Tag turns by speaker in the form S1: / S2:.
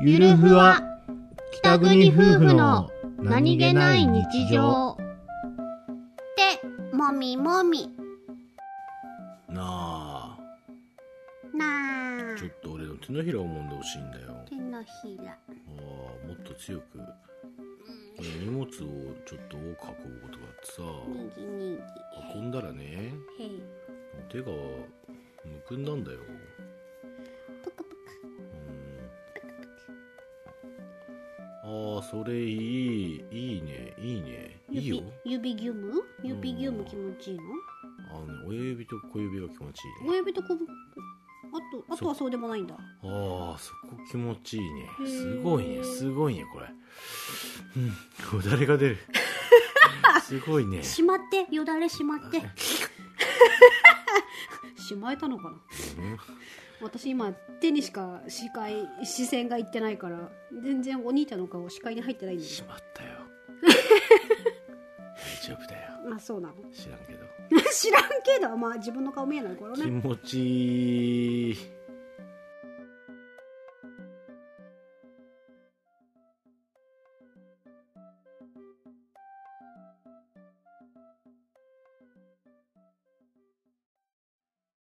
S1: ゆるふわ北国夫婦の
S2: でもみもみ
S1: なあ
S2: なあ
S1: ちょっと俺の手のひらを揉んでほしいんだよ
S2: 手のひら
S1: ああもっと強く俺荷物をちょっと多く運ぶことがあって
S2: にぎに
S1: さ運んだらね
S2: ぎへい
S1: 手がむくんだんだよ
S2: ぷくぷく
S1: うんああそれいいいいねいいねいいよ
S2: 指指ギュム指ギュム気持ちいいの
S1: あの、ね、親指と小指が気持ちいいね
S2: 親指とこぶあとあとはそうでもないんだ
S1: ああそこ気持ちいいね
S2: へー
S1: すごいねすごいねこれうんよだれが出る すごいね
S2: しまってよだれしまってしまえたのかな
S1: うん
S2: 私今手にしか視界視線がいってないから全然お兄ちゃんの顔視界に入ってないんだ
S1: し
S2: よ
S1: まった よ大丈夫だよ
S2: あそうなの
S1: 知らんけど
S2: 知らんけどまあ自分の顔見えないから
S1: 気
S2: ね
S1: 持ちい